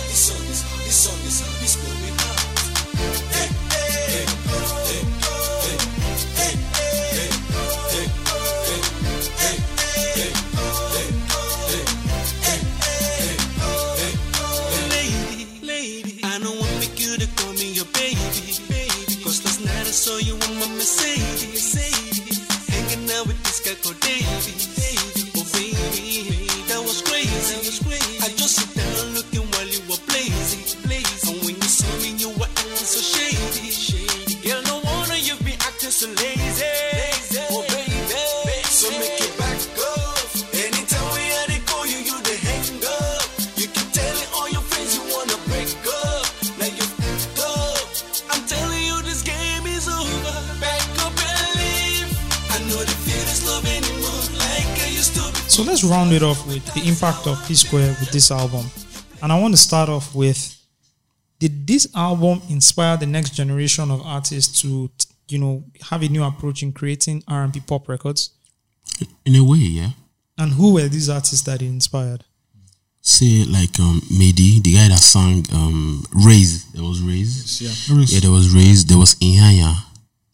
S5: Lady, lady, I don't want make you to call me your baby, baby. Cause last night I saw you on my Mercedes, Mercedes. Hanging out with this guy called Davey, Davey. Oh baby, that was crazy, that was crazy. I just sit down looking while you were blazing, blazing. And when you saw me, you were acting so shady, shady. Girl, no wonder you be acting so lazy, lazy. Oh baby, so make it back up. Anytime we had it call you, you the hang up. You keep telling all your friends you wanna break up. Now you f***ed up. I'm telling you this game is over. Back up and leave. I know the feel is love anymore. Like I used to be.
S1: So let's round it off with the impact of P Square with this album. And I want to start off with did this album inspire the next generation of artists to you know have a new approach in creating R&B pop records?
S2: In a way, yeah.
S1: And who were these artists that it inspired?
S2: say like um Medi, the guy that sang um Raise, there was Raise.
S4: Yeah.
S2: Yeah, there was Raise, there was Inyanya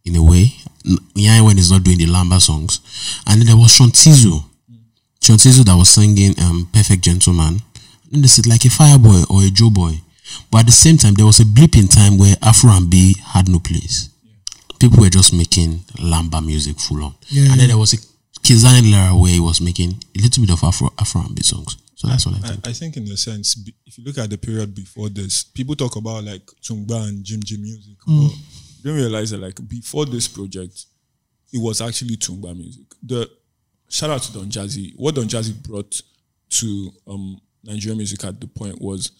S2: in a way. N- Inyanya when he's not doing the Lamba songs. And then there was Shantizo. Shantizo that was singing um Perfect Gentleman. And they said like a Fireboy or a Joe Boy. But at the same time there was a blip in time where Afro and B had no place. People were just making Lamba music full on.
S3: Yeah,
S2: and
S3: yeah.
S2: then there was a Kizani Lara where he was making a little bit of Afro Afro and B songs. So that's what I think.
S4: I, I think in a sense, be- if you look at the period before this, people talk about like Tungba and Jim Jim music. But you don't realize that like before this project, it was actually Tungba music. The shout out to Don Jazzy. What Don Jazzy brought to um, Nigerian music at the point was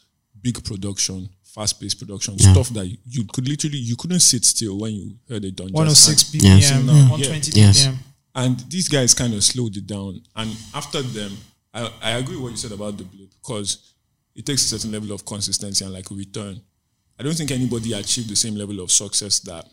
S4: big production, fast paced production, stuff that you, you could literally you couldn't sit still when you heard a Don Jazzy.
S1: 106
S4: And-
S1: ppm,
S2: Yes.
S1: 120
S2: Yes.
S1: ppm.
S4: and these guys kind of slowed it down. And after them, I, I agree with what you said about the blip because it takes a certain level of consistency and like return. I don't think anybody achieved the same level of success that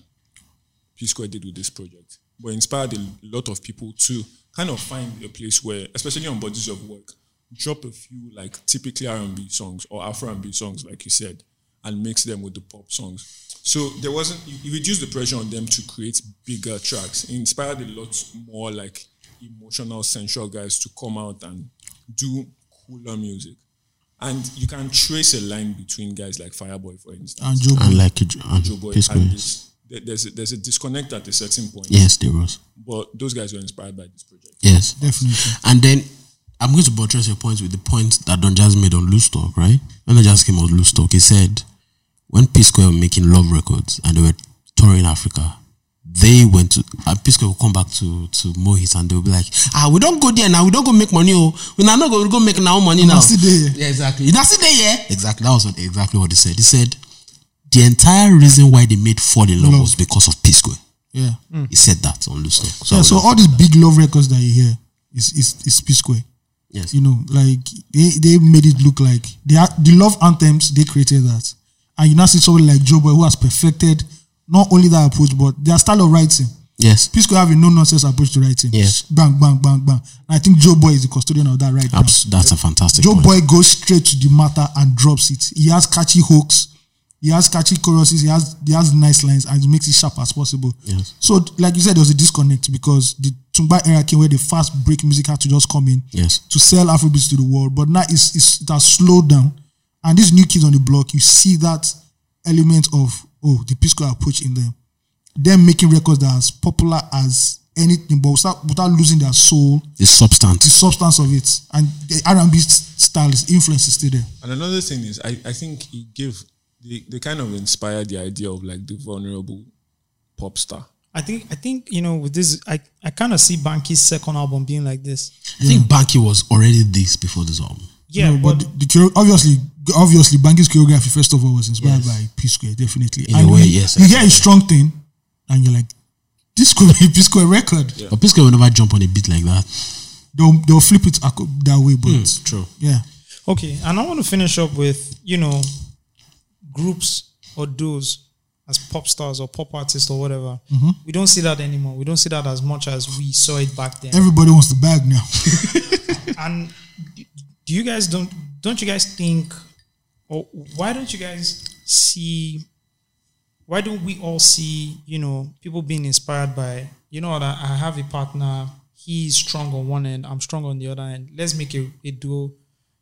S4: P Square did with this project, but inspired a lot of people to kind of find a place where, especially on bodies of work, drop a few like typically R&B songs or Afro R&B songs, like you said, and mix them with the pop songs. So there wasn't you you reduced the pressure on them to create bigger tracks. It inspired a lot more like emotional, sensual guys to come out and do cooler music. And you can trace a line between guys like Fireboy, for instance.
S3: And Joe
S2: And like and
S4: Mm-hmm. Joe Boy
S2: Peace
S4: and
S2: Queens.
S4: this, there- there's a, there's a disconnect at a certain point.
S2: Yes, there was.
S4: But those guys were inspired by this project.
S2: Yes.
S3: definitely.
S2: And then I'm going to buttress your point with the point that Don Jazz made on Loose Talk, right? When Don Jazz came on Loose Talk, he said when P Square were making love records and they were touring Africa, they went to and P Square will come back to to Mohit and they'll be like, ah, we don't go there now, we don't go make money, oh, we are not going to go make now money now.
S3: still there.
S2: Yeah, exactly. That's it there, yeah. Exactly. That was what, exactly what he said. He said the entire reason why they made Fall in Love,
S3: Love.
S2: was because of P Square.
S3: Yeah.
S2: He said that on Loose Talk. I
S3: yeah,
S2: would
S3: so
S2: love
S3: all
S2: to-
S3: these big love records that you hear is is, is P Square.
S2: Yes.
S3: You know, like they, they made it look like they are the love anthems they created that, and you now see someone like Joe Boy who has perfected not only that approach but their style of writing.
S2: Yes.
S3: P Square have a no nonsense approach to writing.
S2: Yes.
S3: bang bang bang bang. And I think Joe Boy is the custodian of that right now.
S2: Abs- that's a fantastic
S3: Joe
S2: point.
S3: Boy goes straight to the matter and drops it. He has catchy hooks, he has catchy choruses, he has he has nice lines, and he makes it sharp as possible.
S2: Yes.
S3: So, like you said, there was a disconnect because the Tumba era came where the fast break music had to just come in
S2: Yes.
S3: to sell Afrobeats to the world, but now it's, it's it has slowed down. And these new kids on the block, you see that element of oh the Pisco approach in them, them making records that are as popular as anything, but without, without losing their soul
S2: the
S3: the
S2: substance.
S3: substance of it and the R&B s- style is influence is still there.
S4: And another thing is, I, I think he gave, they, they kind of inspired the idea of like the vulnerable pop star.
S1: I think I think you know with this I, I kind of see Banky's second album being like this.
S2: I think Banky was already this before this album.
S1: Yeah,
S3: No,
S1: but,
S3: but the, the choreo- obviously, obviously, Banky's choreography first of all was inspired by P Square, definitely.
S2: In a way,
S3: you,
S2: yes,
S3: you get a
S2: absolutely.
S3: strong thing, and you're like, this could be a P Square record.
S2: But Pisco will never jump on a beat like that.
S3: They'll they'll flip it aco- that way, but
S2: Hmm, true.
S3: yeah,
S1: okay, and I want to finish up with you know groups or duos as pop stars or pop artists or whatever. We don't see that anymore. We don't see that as much as we saw it back then.
S3: everybody wants the bag now.
S1: and do you guys don't don't you guys think or why don't you guys see why don't we all see you know people being inspired by you know that i have a partner he's strong on one end i'm strong on the other end let's make a, a duo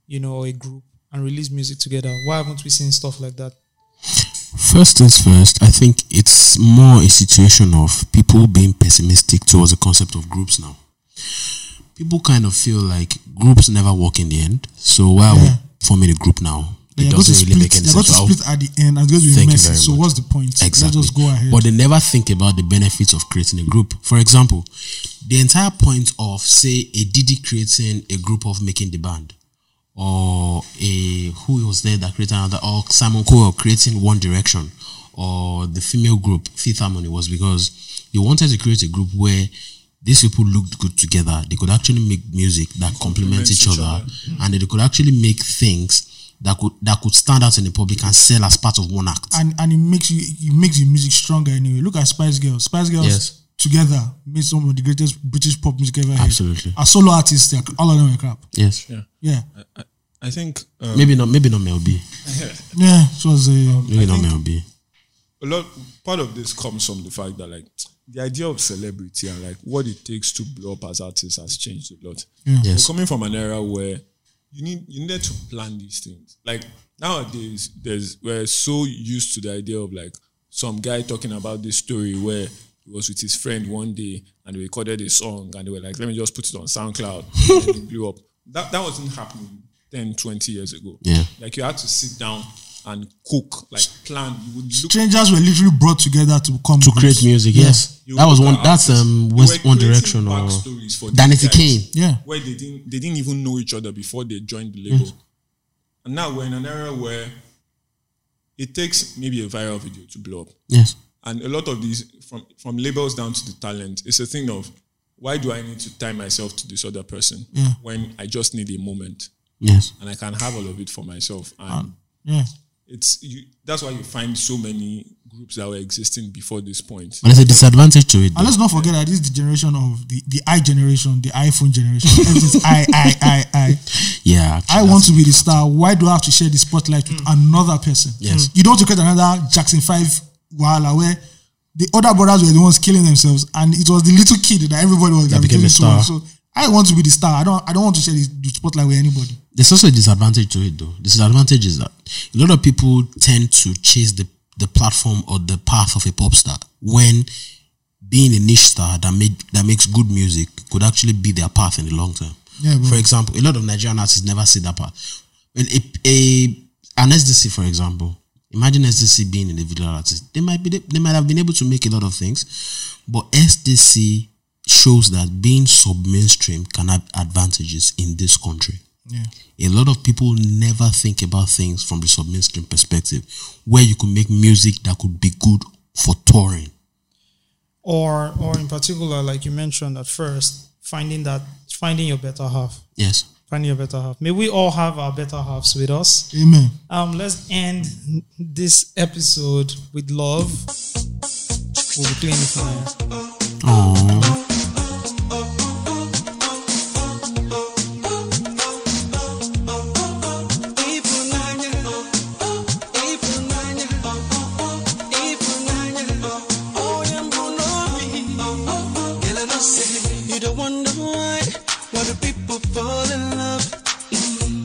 S1: you know or a group and release music together why haven't we seen stuff like that
S2: First things first, I think it's more a situation of people being pessimistic towards the concept of groups now. People kind of feel like groups never work in the end. So why are we
S3: Yeah.
S2: forming a group now?
S3: They're
S2: It
S3: going to
S2: doesn't
S3: split.
S2: really make any
S3: They're going
S2: sense.
S3: to
S2: So I'll-
S3: split at the end, and it's going to be
S2: Thank you
S3: messy.
S2: very
S3: So
S2: much.
S3: what's the point?
S2: Exactly.
S3: Let's just go ahead.
S2: But they never think about the benefits of creating a group. For example, the entire point of say a Didi creating a group of making the band, or a who was there that created another, or Simon Cowell creating One Direction, or the female group Fifth Harmony was because they wanted to create a group where these people looked good together. They could actually make music that complements each, other, and they could actually make things that could that could stand out in the public and sell as part of one act.
S3: and and it makes you it makes your music stronger anyway. Look at Spice Girls. Spice Girls
S2: Yes.
S3: together made some of the greatest British pop music ever. had.
S2: Absolutely. Uh,
S3: As solo artists, they're, all of them were crap.
S2: Yes.
S3: Yeah.
S4: I, I think um,
S2: Maybe not. Maybe not Mel B.
S3: Yeah, it was uh, a.
S2: Maybe not Mel B.
S4: a lot part of this comes from the fact that like the idea of celebrity and like what it takes to blow up as artists has changed a lot.
S2: Yes.
S4: We're coming from an era where you need you needed to plan these things. Like nowadays, there's we're so used to the idea of like some guy talking about this story where he was with his friend one day and they recorded a song and they were like, let me just put it on SoundCloud and it blew up. That that wasn't happening 10, 20 years ago.
S2: Yeah.
S4: Like you had to sit down and cook, like plan. You would look
S3: Strangers were literally brought together to come
S2: To create music, yes.
S4: You
S2: That was
S4: look
S2: one.
S4: at
S2: That's
S4: artists,
S2: um
S4: they
S2: West
S4: were
S2: One
S4: creating
S2: Direction or
S4: backstories for these
S2: Danity
S4: guys
S2: Kane.
S3: Yeah.
S4: where they didn't they didn't even know each other before they joined the
S2: Mm.
S4: label. And now we're in an era where it takes maybe a viral video to blow up.
S2: Yes.
S4: And a lot of these from from labels down to the talent, it's a thing of why do I need to tie myself to this other person when I just need a moment
S2: Yes.
S4: and I can have all of it for myself. And
S2: Ah.
S3: Yeah.
S4: it's you that's why you find so many groups that were existing before this point.
S2: But there's a disadvantage to it.
S3: And
S2: though.
S3: let's not forget that this is the generation of the, the i generation, the iPhone generation. Everything's I, I, I, I.
S2: Yeah. actually,
S3: I want to be the star. Why do I have to share the spotlight with another person?
S2: Mm. Yes.
S3: You don't want to create another Jackson 5 Wahala where the other brothers were the ones killing themselves and it was the little kid that everybody was
S2: That became
S3: giving
S2: the
S3: to us.
S2: star.
S3: So I want to be the star. I don't I don't want to share the, the spotlight with anybody.
S2: there's also a disadvantage to it though. The disadvantage is that a lot of people tend to chase the the platform or the path of a pop star when being a niche star that made that makes good music could actually be their path in the long term.
S3: Yeah, bro.
S2: For example, a lot of Nigerian artists never see that path. When a, a an SDC, for example, imagine SDC being an individual artist. They might be they might have been able to make a lot of things, but SDC shows that being sub mainstream can have advantages in this country a
S3: Yeah.
S2: lot of people never think about things from the sub-mainstream perspective where you could make music that could be good for touring
S1: Or or in particular, like you mentioned at first, finding that finding your better half.
S2: yes
S1: Finding your better half. May we all have our better halves with us.
S3: Amen.
S1: Um, let's end this episode with love. We'll be playing it for now.
S2: oh
S5: You don't wonder why, why do people fall in love?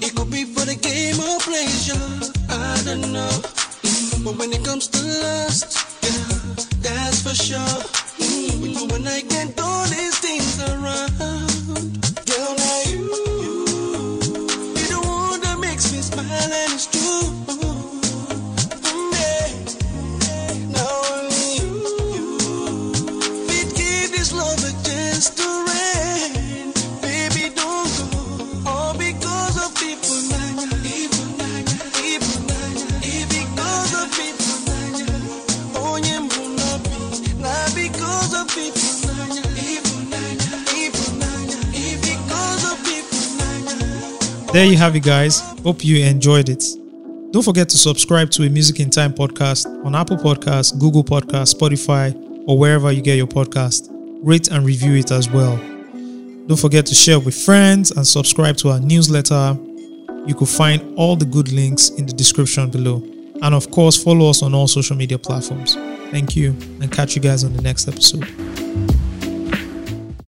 S5: It could be for the game of pleasure, I don't know. But when it comes to lust, yeah, that's for sure. Even when I get all these things around, girl, now you, Mm, you the one that makes me smile and it's true. Mm, yeah. Now only you, it give this love a chance to reign. Baby, don't go. All because of people like you. People like you. People like you. It because of people like you. Oh, you will not be. Not because of people like you. People like you. People like you. It because of people like you.
S1: There you have it, guys. Hope you enjoyed it. Don't forget to subscribe to a Music in Time podcast on Apple Podcasts, Google Podcasts, Spotify, or wherever you get your podcast. Rate and review it as well. Don't forget to share with friends and subscribe to our newsletter. You could find all the good links in the description below. And of course, follow us on all social media platforms. Thank you and catch you guys on the next episode.